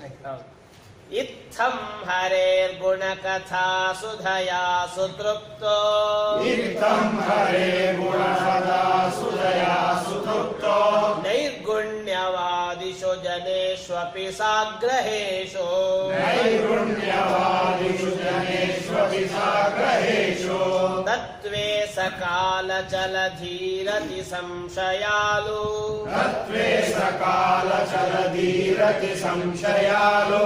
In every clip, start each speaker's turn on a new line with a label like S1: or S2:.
S1: ಹೌದು
S2: इत्थं हरेर्गुणकथा सुधया सुतृप्तो
S3: इत्थम् हरे गुणसदा सुदया सुतृप्तो
S2: नैर्गुण्यवादिषु जनेष्वपि साग्रहेषु
S3: नैर्गुण्यवादिषु जनेष्वपि साग्रहेषु
S2: तत्त्वे सकालचलधीरति संशयालु
S3: तत्त्वे सकालचलधीरति संशयालो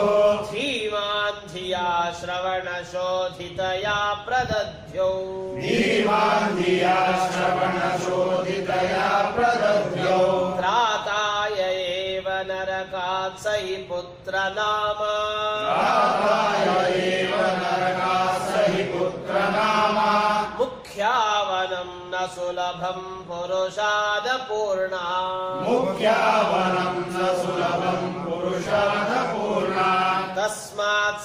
S2: धीमान् धिया श्रवणशोधितया प्रदध्यो
S3: धीमान्धिया श्रवणशोधितया प्रदद्यौ
S2: त्राताय एव नरकात् स हि पुत्रनामा
S3: प्राणाय एव नरका हि पुत्रनामा
S2: मुख्यावनं न सुलभं पुरुषादपूर्णा
S3: मुख्यावनम् न सुलभम् पुरुषादपूर्णा
S2: तस्मात्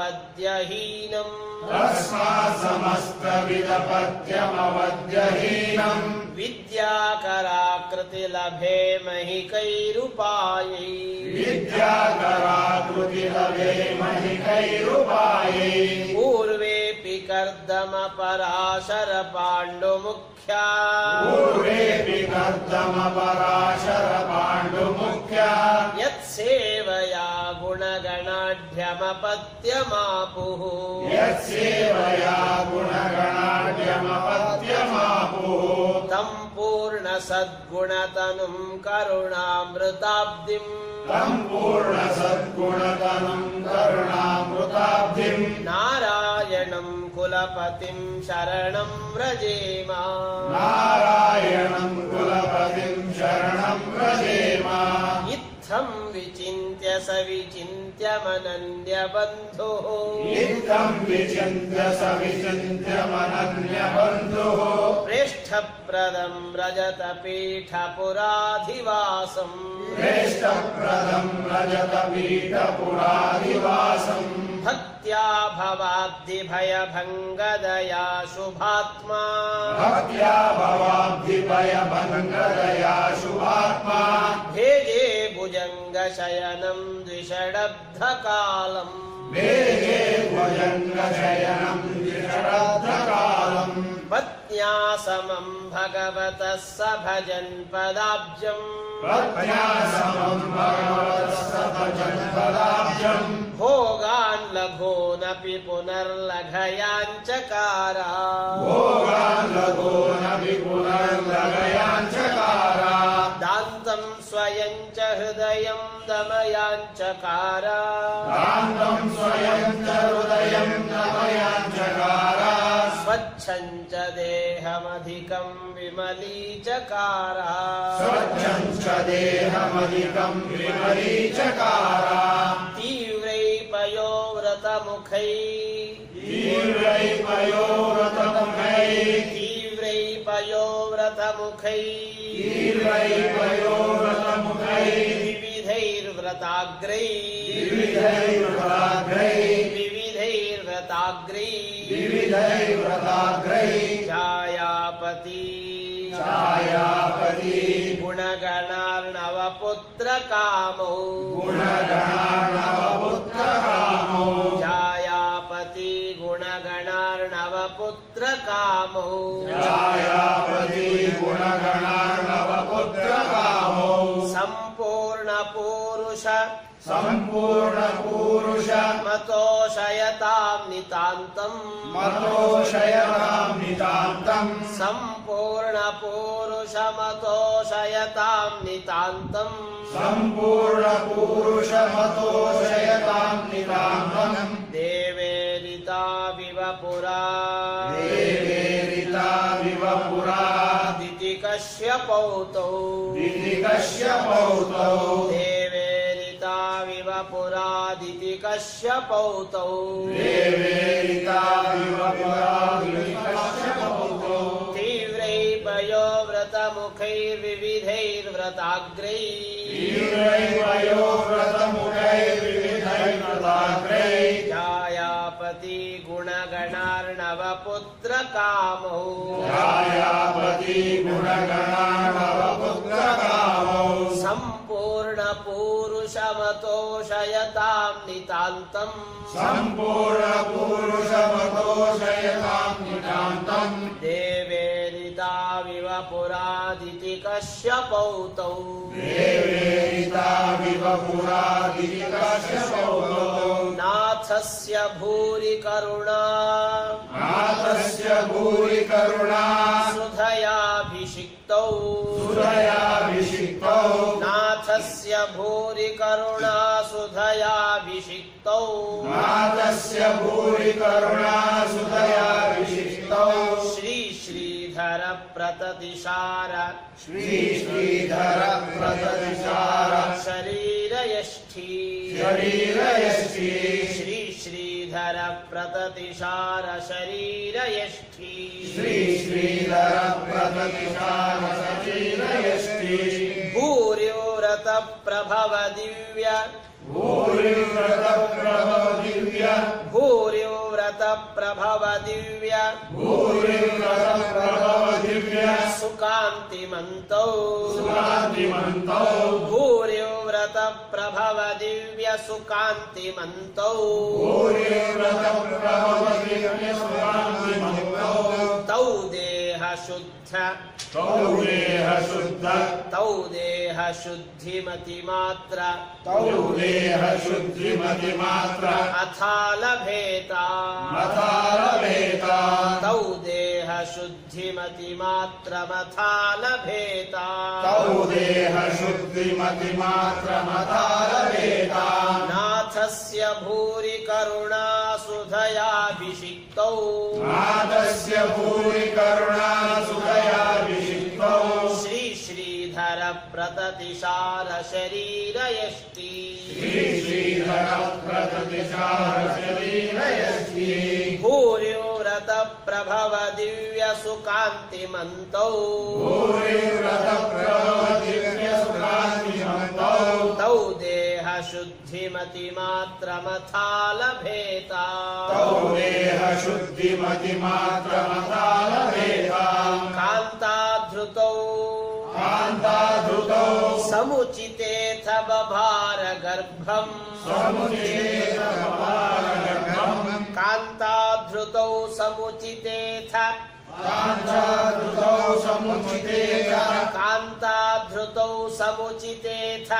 S2: समस्तविदपत्यमवद्यहीनम्
S3: तस्मात् समस्तविदपत्यमवद्यहीनम्
S2: विद्याकराकृतिलभे महि कैरुपायै
S3: विद्याकराकृतिरवे महिकैरुपायै
S2: पूर्वेऽपि कर्दमपराशरपाण्डुमुख्या
S3: पूर्वेऽपि कर्दमपराशरपाण्डुमुख्या
S2: यत्सेवया गुणगणाढ्यमपत्यमापुः
S3: यत्सेवया गुणगणाढ्यमपत्यमापुः
S2: तं पूर्णसद्गुणतनुं करुणामृताब्धिम्
S3: तम् पूर्णसद्गुणतनम् करुणामृताब्धिम्
S2: नारायणं कुलपतिं शरणं व्रजेम
S3: नारायणम् कुलपतिम् शरणम् व्रजेम
S2: इत्थं विचिन्त्य सविचिन्त्य मनन्यबन्धुः
S3: इत्थम् विचिन्त्य सविचिन्त्यमनन्यबन्धुः
S2: प्रेष्ठप्रदं रजतपीठपुराधिवासम्
S3: श्रेष्ठप्रदम् रजतपीठपुराधिवासम्
S2: भक्त्या भवाब्धिभयभङ्गदया शुभात्मा
S3: भक्त्या भवाब्धिभयभङ्गदया शुभात्मा
S2: भेजे भुजङ्गशयनं द्विषडब्धकालम्
S3: वेगे भुजङ्गशयनम् विषराद्धकालम्
S2: पत्न्या समं भगवतः स भजन् पदाब्जम्
S3: प्रज्ञासमम् भगवत्सभजन्पदाब्जम्
S2: भोगान् लघूनपि पुनर्लघयाञ्चकार
S3: भोगान् लघोनपि पुनर्लगयाञ्चकारा
S2: दान्तं स्वयं च हृदयं दमयाञ्चकार
S3: कान्तम् स्वयम् च हृदयम् नमयाञ्चकारा
S2: स्वच्छं च देहमधिकं विमलीचकार
S3: स्वच्छम् च देहमधिकम् विमरीचकारा
S2: तीव्रै पयोव्रतमुखै
S3: तीव्रै पयोरतमुखैः
S2: तीव्रै पयोव्रतमुखै
S3: तीव्रै पयोरतमुखैः
S2: विविधैर्व्रताग्रैः
S3: विविधैर्वराग्रैः
S2: विविधैर्व्रताग्रैः
S3: विविधैर्व्रताग्रैः
S2: छायापती
S3: छायापति
S2: गुणगणार्णवपुत्रकामौ
S3: गुणगणानवपुत्रकामो
S2: छायापती गुणगणार्णवपुत्रकामौ
S3: छायापति गुणगणानवपुत्रकामो
S2: सम्पूर्णपूरुष
S3: सम्पूर्णपूरुष
S2: मतोषयतां नितान्तम्
S3: मतोषयताम् नितान्तम्
S2: सम्पूर्णपूरुषमतोषयतां नितान्तम्
S3: सम्पूर्णपूरुषमतोषयताम् नितान्तम्
S2: देवेरिताविव पुरा
S3: देवेरिताविव पुरा
S2: दितिकश्यपौतौ
S3: दितिकश्यपौतौ
S2: देवेरिताविव पुरा दितिकश्यपौतौ
S3: देवेरिताविव पुरा दितिकश्यपौतौ
S2: तीव्रै पयोव्रतमुखैर्विविधैर्व्रताग्रैः
S3: तीव्रैर्वयोव्रतमुखैर्विविधैर्वृताग्रैः
S2: जायापति गुणगणार्णवपुत्रकामौ
S3: कायापति गुणगणानवपुत्रकामौ
S2: सम्पूर्णपूरुष पुरुषमतोषयतां नितान्तम्
S3: सम्पूर्णपूरुषमतोषयताम् नितान्तम्
S2: देवेरिताविव पुरादिति कश्यपौतौ
S3: देवेरिताविव पुरादिकश्यपौ
S2: नाथस्य भूरि करुणा
S3: नाथस्य भूरि करुणा
S2: सुधयाभिषिक्तौ
S3: सुरयाभिषिक्तौ
S2: नाथस्य भूरि करुणा सुधयाभिषिक्तौ
S3: नाथस्य भूरि करुणा सुतयाभिषिक्तौ
S2: श्री श्रीधर प्रततिशार
S3: श्रीश्रीधर प्रतदिशार
S2: शरीरयष्ठी
S3: शरीरयष्टि
S2: श्री श्रीधर प्रततिशार शरीरयष्ठी
S3: श्रीश्रीधर प्रतदिशार शरीरयष्टि
S2: भूर्योरत प्रभव दिव्य
S3: भूरिव्रतप्रभो दिव्य
S2: भूर्योरत प्रभव दिव्य
S3: भूरिव्रतप्रभो दिव्य
S2: सुकान्तिमन्तौ
S3: सुरादिमन्तौ
S2: भूर्योव्रत प्रभव दिव्य सुकान्तिमन्तौ
S3: भूरिव्रतप्रभो दिव्य सुरादिमन्तौ
S2: तौ देह शुद्ध
S3: तौरेह शुद्ध
S2: तौ देह शुद्धिमतिमात्र
S3: तौरेह शुद्धिमतिमात्र
S2: अथा लभेता
S3: मथारभेता
S2: तौ देह शुद्धिमतिमात्रमथा लभेता
S3: तौरेह शुद्धिमतिमात्रमथारभेता
S2: नाथस्य भूरि करुणा सुधयाभिषिक्तौ
S3: नाथस्य भूरि करुणा सुतयाभिषिक्तौ
S2: श्री श्रीधर प्रततिशार शरीरयष्टि
S3: श्रीश्रीधरप्रततिशारशरीरयस्ति
S2: भूर्योरत प्रभव दिव्य सुकान्तिमन्तौ
S3: भूरिव्रतप्रभवदिव्यसुरादिमन्तौ
S2: तौ देह शुद्धिमतिमात्रमथा लभेता
S3: तौ देह शुद्धिमतिमात्रमतालभेदा
S2: कान्ताधृतौ
S3: कान्ताधृतौ
S2: समुचितेऽथ बभार गर्भम्
S3: समुचेतमपारगमम्
S2: कान्ताधृतौ समुचितेऽथ
S3: कान्ताधृतौ समुचितेत
S2: कान्ताधृतौ समुचितेऽथ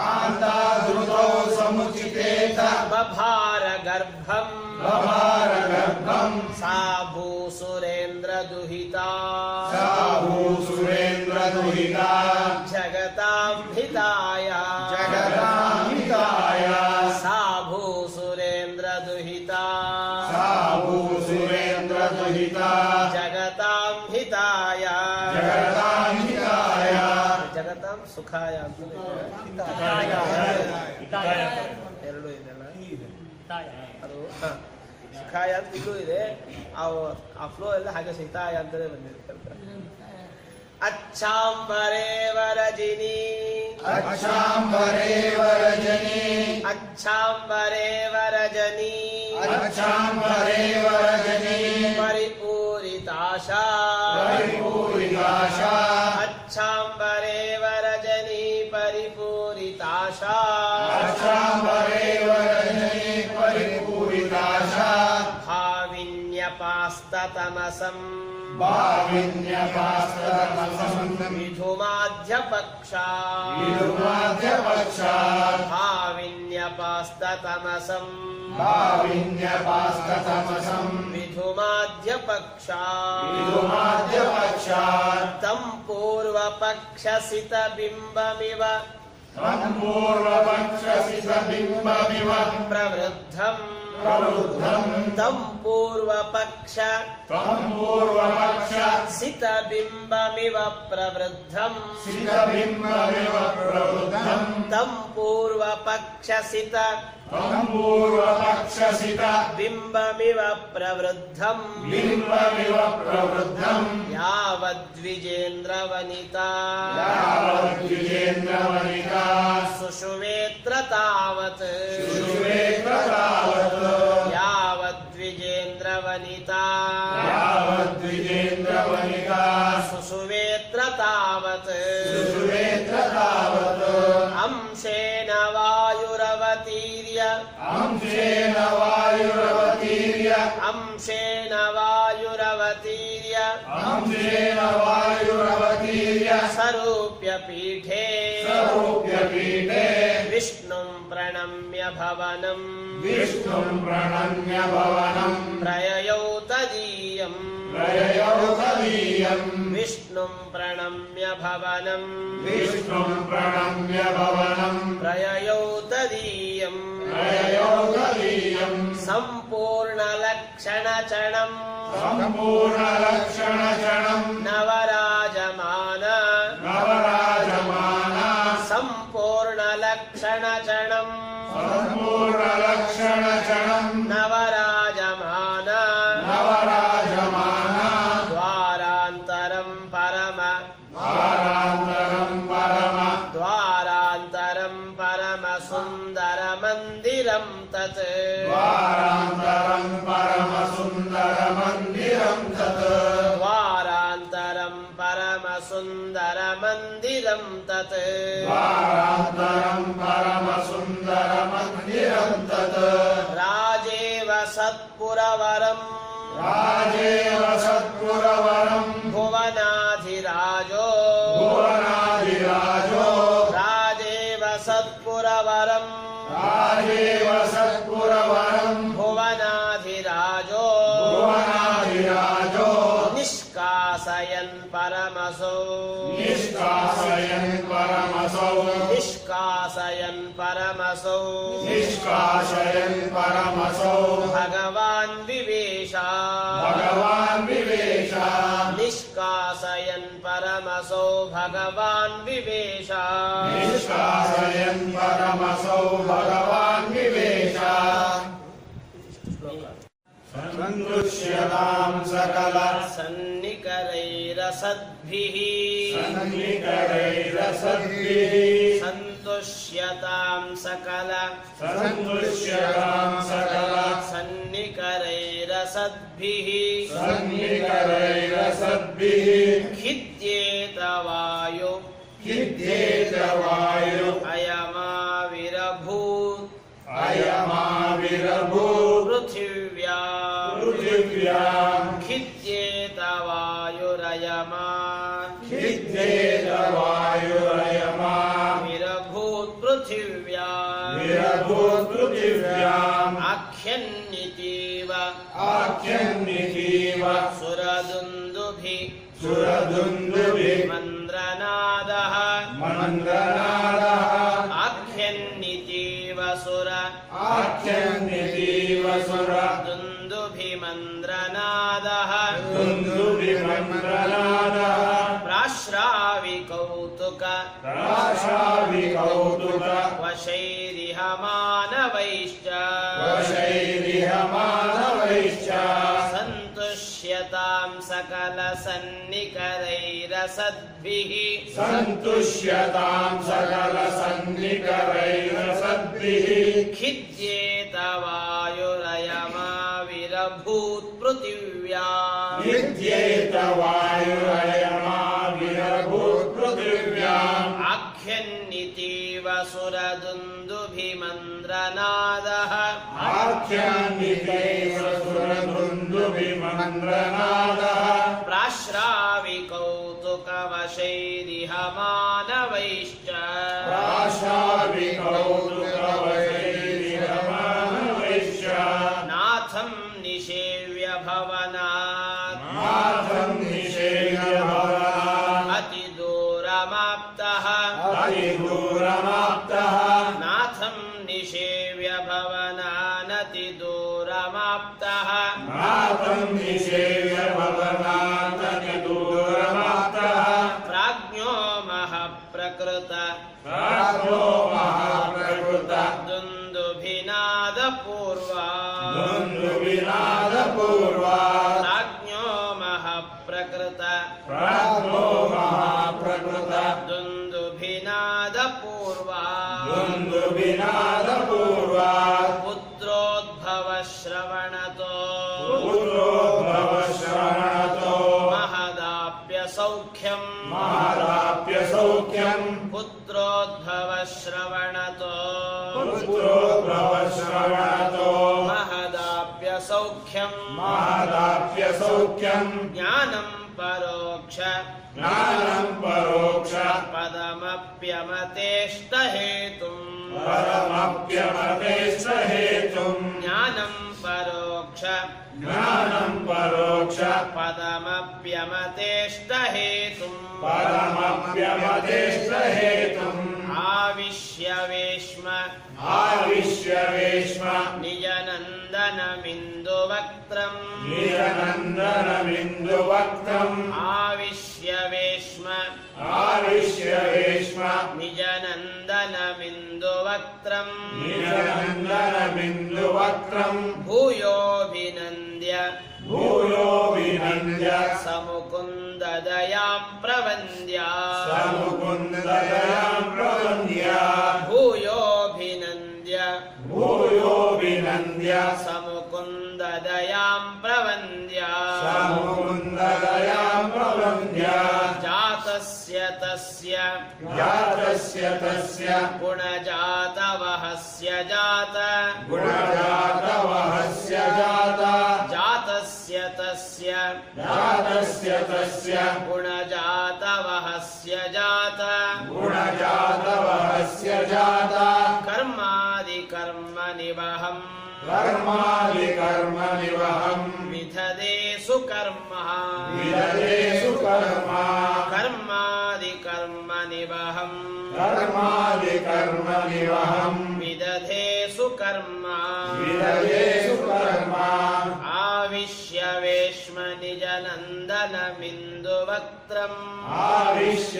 S3: कान्ताधृतौ समुचितेत
S2: बभार गर्भम्
S3: बभारगर्भम्
S2: सा भूसुरेन्द्रदुहिता
S3: सा भूसुरेन्द्रदुहिता
S2: जगतां हिताय
S3: जगदामिताय
S2: सा भूसुरेन्द्रदुहिता
S3: सा भूसुरेन्द्रदुहिता
S2: जगतां हिताय
S3: जगदामिताय
S2: ಜಗತಾಂ ಸುಖಾಯ ಅಂತ
S1: ಹಿತಾಯ. ಹಿತಾಯ.
S2: ಎರಡು ಇದೆಲ್ಲ ಅದು ಹ. ಸುಖಾಯ ಅಂತ ಇಲ್ಲೂ ಇದೆ ಅವು ಆ ಫ್ಲೋ ಎಲ್ಲ ಹಾಗೆ ಸಿತಾಯ ಅಂತಲೇ ಬಂದಿದೆ ಅಚ್ಚಾಂಬರೇ ವರಜಿನಿ
S3: अच्छाम्बरे वरजने
S2: अच्छांबरे वरजनी
S3: अच्छाम्बरे वरजने
S2: परिपूरिताशा
S3: परिपूरिताशा
S2: अच्छांबरे वरजनी परिपूरिताशा
S3: अच्छाम्बरे वरजने परिपूरिताशा
S2: भाविन्यपास्ततमसम्
S3: भाविन्यपास्तमसम्
S2: विधुमाध्यपक्षा
S3: विधुमाध्यपक्षा
S2: भाविन्यपास्ततमसम्
S3: भाविन्यपास्ततमसम्
S2: विधुमाध्यपक्षा
S3: विधुमाध्यपक्षा
S2: तं पूर्वपक्षसितबिम्बमिव
S3: सम्पूर्वपक्षसितबिम्बमिव
S2: प्रवृद्धम्
S3: प्रवृद्धम्
S2: तं पूर्वपक्ष सितबिम्बमिव प्रवृद्धम्
S3: सितबिम्बमिव प्रवृद्धम्
S2: तं पूर्वपक्षसित
S3: सम्पूर्वपक्षसित
S2: बिम्बमिव प्रवृद्धम्
S3: बिम्बमिव प्रवृद्धम्
S2: यावद्विजेन्द्रवनिता
S3: यावद्विजेन्द्रवनिता
S2: सुषुवेत्र तावत्
S3: सुषुवेत्रतावत्
S2: यावद्विजेन्द्रवनिता
S3: यावद्विजेन्द्रवनिता
S2: सुषुवेत्र तावत्
S3: सुषुवेत्रतावत्
S2: अंशेन वा
S3: अंशेन वायुरवतीर्य
S2: अंशेन वायुरवतीर्य
S3: अंशेन वायुरवतीर्य
S2: सरूप्य पीठे
S3: सरूप्यपीठे
S2: विष्णुम् प्रणम्य भवनम्
S3: विष्णुम् प्रणम्य भवनम्
S2: प्रययौ तदीयम्
S3: प्रययोगवीयम्
S2: विष्णुम् प्रणम्य भवनम्
S3: विष्णुम् प्रणम्य भवनम्
S2: प्रययौ तदीयम्
S3: प्रययोगवीयम्
S2: सम्पूर्णलक्षणचणम्
S3: सम्पूर्णलक्षणचणम्
S2: नवराजमान
S3: नवराजमाना
S2: सम्पूर्णलक्षणचणम्
S3: सम्पूर्णलक्षणचणम्
S2: नवराजमान
S3: नवराजमाना
S2: द्वारान्तरम् परम
S3: वारान्तरम् परम
S2: द्वारान्तरम् परमसुन्दरमन्दिरम् तत्
S3: वारान्तरम् परमसुन्दरमन्दिरम् तत्
S2: द्वारान्तरम् परमसुन्दरमन्दिरम् तत्
S3: वारान्तरम् परमसुन्दरमन्दिरम् तत्
S2: राजेव सत्पुरवरम्
S3: राजेव सत्पुरवरम्
S2: भुवनाधिराजो
S3: भुवनाधिराजो
S2: राजेव सत्पुरवरम्
S3: राजेव सत्पुरवरम्
S2: भुवनाधिराजो
S3: भुवनाधिराजो
S2: निष्कासयन् परमसौ
S3: निष्कासयन् परमसौ
S2: निष्कासयन् परमसौ
S3: निष्कासयन् परमसौ
S2: भगवान् विवेशा
S3: भगवान् विवेशा
S2: निष्कासयन् परमसौ भगवान् विवेशा
S3: निष्कासयन् परमसौ भगवान् विवेशा सङ्गृह्यताम् सकल
S2: सन्निकरैरसद्भिः
S3: सन्निकरैरसद्भिः
S2: सन्तुष्यताम् सकल
S3: सङ्गृह्यताम् सकल
S2: सन्निकरैरसद्भिः
S3: सन्निकरैरसद्भिः
S2: खिद्येत वायु
S3: किद्येतवायु
S2: अयमाविरभूत्
S3: अयमाविरभू
S2: पृथिव्या
S3: पृथिव्याम्
S2: खिद्येत वायुरयमा
S3: किद्येतवायुरयमा
S2: विरभूत् पृथिव्या
S3: विरभूपृथिव्याम्
S2: आख्यन्नितीव
S3: आख्यन्नितीव
S2: सुरदुन्दुभि
S3: सुरदुन्दुभिः
S2: मन्द्रनादः
S3: मन्द्रनादः
S2: आख्यन्नितीव सुर
S3: आख्यन्नितीव सुर
S2: दुन्दुभिमन्द्रनादः
S3: दुन्दुभिमन्द्रनादः
S2: प्राश्राविकौतुक
S3: राशाविकौतुक
S2: वशैरिह मानवैश्च
S3: वशैरिह मानवैश्च
S2: सन्तुष्यतां सकलसन्निकरैरसद्भिः
S3: सन्तुष्यताम् सकलसन्निकरैरसद्भिः
S2: खिद्येत वायुरयमाविरभूत् पृथिव्या
S3: नित्येतवायुरयमाविरभूपृथिव्याम्
S2: आख्यन्नितीव सुरदुन्दुभिमन्द्रनादः
S3: आख्यान्निकैव सुरदुन्दुभिमन्द्रनादः
S2: प्राश्राविकौतुकवशैरिह मानवैश्च
S3: प्राशाविकौतुकवशैरिहमानवैश्च
S2: नाथं निषेव्य भवनात्
S3: नाथम् निषेयभवः
S2: अतिदूरमाप्तः
S3: हरिदूरमाप्तः
S2: नाथं निषेव्य भवनानतिदूरमाप्तः
S3: नाथम् निषेव्य भवनातनिदूरमाप्तः
S2: प्राज्ञो महप्रकृत
S3: राजो महाप्रकृत
S2: दुन्दुभिनादपूर्वा
S3: बन्धुविनादपूर्वा
S2: प्राज्ञो महप्रकृत
S3: प्राज्ञो महाप्रकृत
S2: दुन्दुभिनादपूर्वा
S3: बन्धुविनादपूर्वा
S2: पुत्रोद्भवश्रवणतो
S3: पुत्रो भव श्रवणतो
S2: महदाप्यसौख्यम्
S3: महादाप्य सौख्यम्
S2: पुत्रोद्भवश्रवणतो
S3: पुत्रो भवश्रवणतो
S2: महदाप्य सौख्यम
S3: महदाप्य सौख्यम
S2: ज्ञानम परोक्ष
S3: ज्ञानं परोक्ष
S2: पदमप्यमतेष्ट हेतुम्
S3: परमप्यमतेश्च हेतुम्
S2: ज्ञानम परोक्ष
S3: ज्ञानं परोक्ष
S2: पदमप्यमतेष्ट हेतुम्
S3: परमप्यमतेश्च हेतुम्
S2: आविश्य वेश्म
S3: आविश्य वेश्म
S2: निजनन्दनमिन्दुवक्त्रम्
S3: निरनन्दनमिन्दुवक्त्रम्
S2: आविश्य वेश्म
S3: आविश्य वेश्म
S2: निजनन्दनमिन्दुवक्त्रम्
S3: निरनन्दनमिन्दुवक्त्रम्
S2: भूयोऽभिनन्द्य
S3: भूयो विनन्द्य
S2: समुकुन्ददयां प्रवन्द्या
S3: समुकुन्ददयाम् प्रवन्द्य
S2: भूयोऽभिनन्द्य
S3: भूयो विनन्द्य
S2: समुकुन्ददयां प्रवन्द्या
S3: समुकुन्ददयाम् प्रवन्द्य
S2: जातस्य तस्य
S3: जातस्य तस्य
S2: गुणजातवहस्य जात
S3: गुणजातवहस्य जाता
S2: जातस्य तस्य
S3: जातस्य तस्य
S2: गुणजातवहस्य जात
S3: गुणजातवहस्य जाता
S2: कर्मादिकर्मनिवहम्
S3: कर्मादिकर्म निवहम्
S2: विधदे सुकर्म
S3: विददेषु कर्मा
S2: कर्मादिकर्मनिवहम्
S3: कर्मादिकर्म निवहम्
S2: विदधे सुकर्म
S3: विददेषु कर्मा
S2: आविश्य वेश्म निजनन्दनमिन्दुवक्त्रम्
S3: आविश्य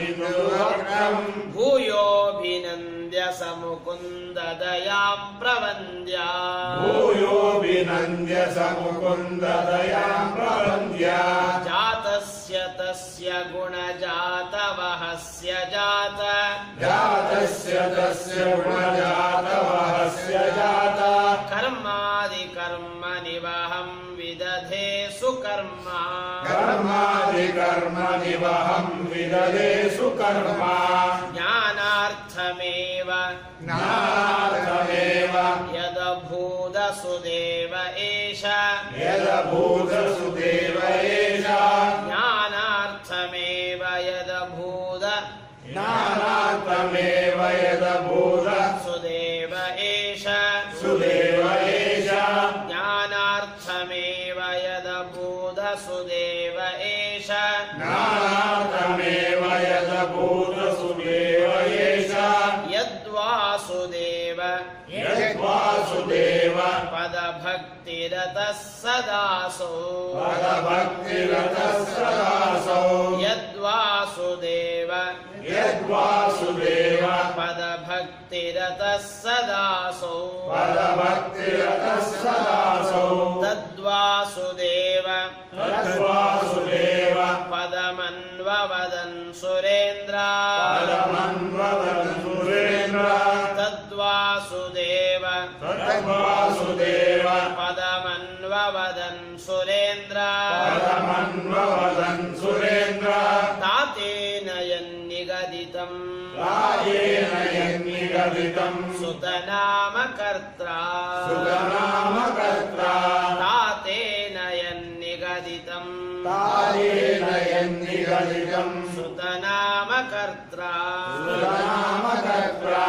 S3: वेश्मनिजनन्दनमिन्दुवक्त्रम्
S2: भूयोऽभिनन्द्य समुकुन्ददयाम् प्रवन्द्या
S3: भूयो विनन्द्य समुकुन्ददयाम् प्रवन्द्य
S2: जातस्य तस्य गुणजातवहस्य जात
S3: जातस्य तस्य गुणजातवहस्य जाता
S2: कर्मादिकर्मनिवहं विदधे सुकर्म
S3: कर्मादिकर्मनिवहम् विददेषु कर्मा
S2: ज्ञानार्थमेव
S3: नाथमेव
S2: यदभूदसुदेव एष
S3: यदभूतसुदेव एषा
S2: ज्ञानार्थमेव यदभूद
S3: नानाथमेव यदभूत
S2: सुदेव एष
S3: सुदेव एषा
S2: ज्ञानार्थमेव यदभूद सुदेव एष
S3: नानाथमेव यदभूत सुदेव एषा
S2: यद्वासुदेव
S3: यद्वासुदेव
S2: पदभक्तिरतः सदासो
S3: पदभक्तिरतः सदासौ
S2: यद्वासुदेव
S3: यद्वासुदेव
S2: पदभक्तिरतः सदासो
S3: पदभक्तिरतः सदासौ
S2: तद्वासुदेव
S3: तद्वासुदेव
S2: पदमन्ववदन् सुरेन्द्र
S3: पदमन्वदन् सुरेन्द्र
S2: तद्वासुदेव
S3: तद्वासुदेव
S2: पदमन्ववदन् सुरेन्द्र
S3: परमन्ववदन् सुरेन्द्र
S2: तातेन यन्निगदितम्
S3: रायेन यन्निगदितम्
S2: सुतनामकर्त्रा
S3: सुगनामकर्ता
S2: तातेन यन्निगदितम्
S3: रायेन यन्निगदितम्
S2: सुतनामकर्त्रा
S3: सुगनामकर्ता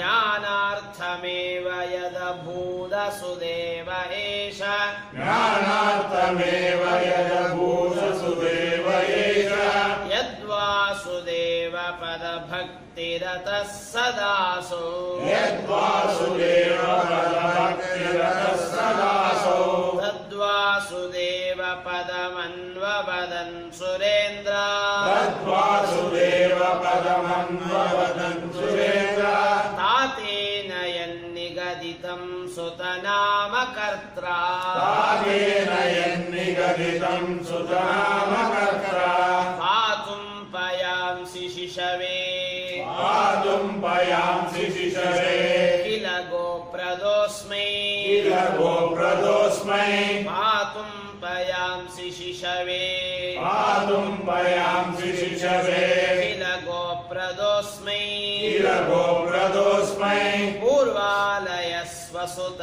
S2: ज्ञानार्थमेव यदभूदसुदेव एष
S3: ज्ञानार्थमेव यदभूतसुदेव एष
S2: यद्वासुदेव पदभक्तिरतः सदासो
S3: यद्वासुदेव भक्तिरतः सदासौ
S2: तद्वासुदेव पदमन्ववदन् सुरेन्द्र
S3: तद्वासुदेव पदमन्ववदन् सुरेन्द्र
S2: तातेन यन्निगदितम् सुतनामकर्त्रा
S3: कालेन यन्निगदितम् सुतनामकर्ता
S2: पातुम् पयांसि शिशवे
S3: पादुम् पयांसि शिशरे
S2: किल गोप्रदोऽस्मै
S3: किल गोप्रदोऽस्मै
S2: पातुम् पयांसि शिशवे
S3: पादुम् पयांसि शिशरे
S2: किल गोप्रदोऽस्मै
S3: किल गो
S2: स्वसुत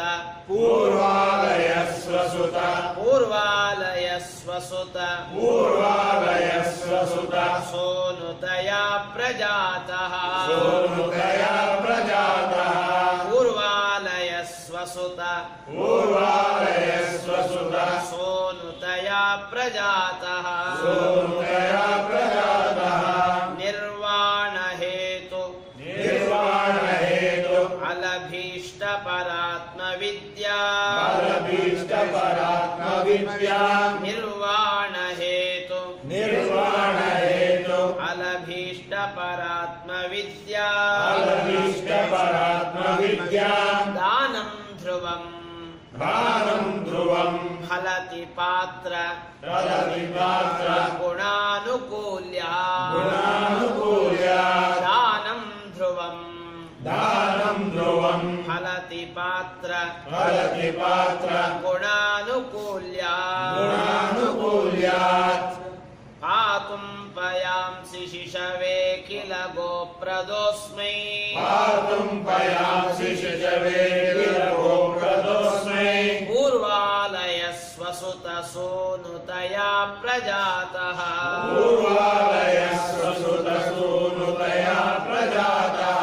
S3: पूर्वालय स्वसुत
S2: पूर्वालय स्वसुत
S3: पूर्वालय स्वसुत
S2: सोनुतया प्रजातः
S3: सोनुतया प्रजातः
S2: पूर्वालय स्वसुत
S3: पूर्वालय स्वसुत
S2: सोनुतया प्रजातः
S3: सोनुतया प्रजातः
S2: निर्वाणहेतु
S3: निर्वाणहेतु
S2: अलभीष्टपरात्मविद्या
S3: फलबीष्टपरात्मविद्या
S2: निर्वाणहेतु
S3: निर्वाणहेतु
S2: अलभीष्टपरात्मविद्या
S3: फलबीष्टपरात्मविद्या
S2: दानं ध्रुवम्
S3: दानं ध्रुवम्
S2: फलति पात्र
S3: तदविपात्र
S2: गुणानुकूल्या
S3: गुणानुकूल्या
S2: दानं ध्रुवम्
S3: दानं ध्रुवम्
S2: फलति पात्र
S3: फलति पात्र
S2: गुणानुकूल्या
S3: गुणानुकूल्यात्
S2: पातुं पयांसि शिशवे किल गोप्रदोऽस्मै
S3: पातुम् पयांसि शिशवे गोप्रदोऽस्मै
S2: पूर्वालयस्वसुतसूनुतया प्रजातः
S3: पूर्वालयस्वसुतसूनुतया प्रजातः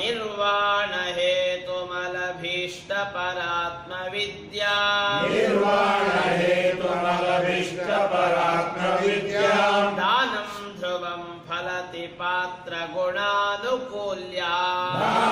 S2: निर्वाणहेतुमलभीष्टपरात्मविद्या
S3: निर्वाणहेतुमलभिष्टपरात्मविद्या
S2: दानं ध्रुवं फलति पात्रगुणानुकूल्या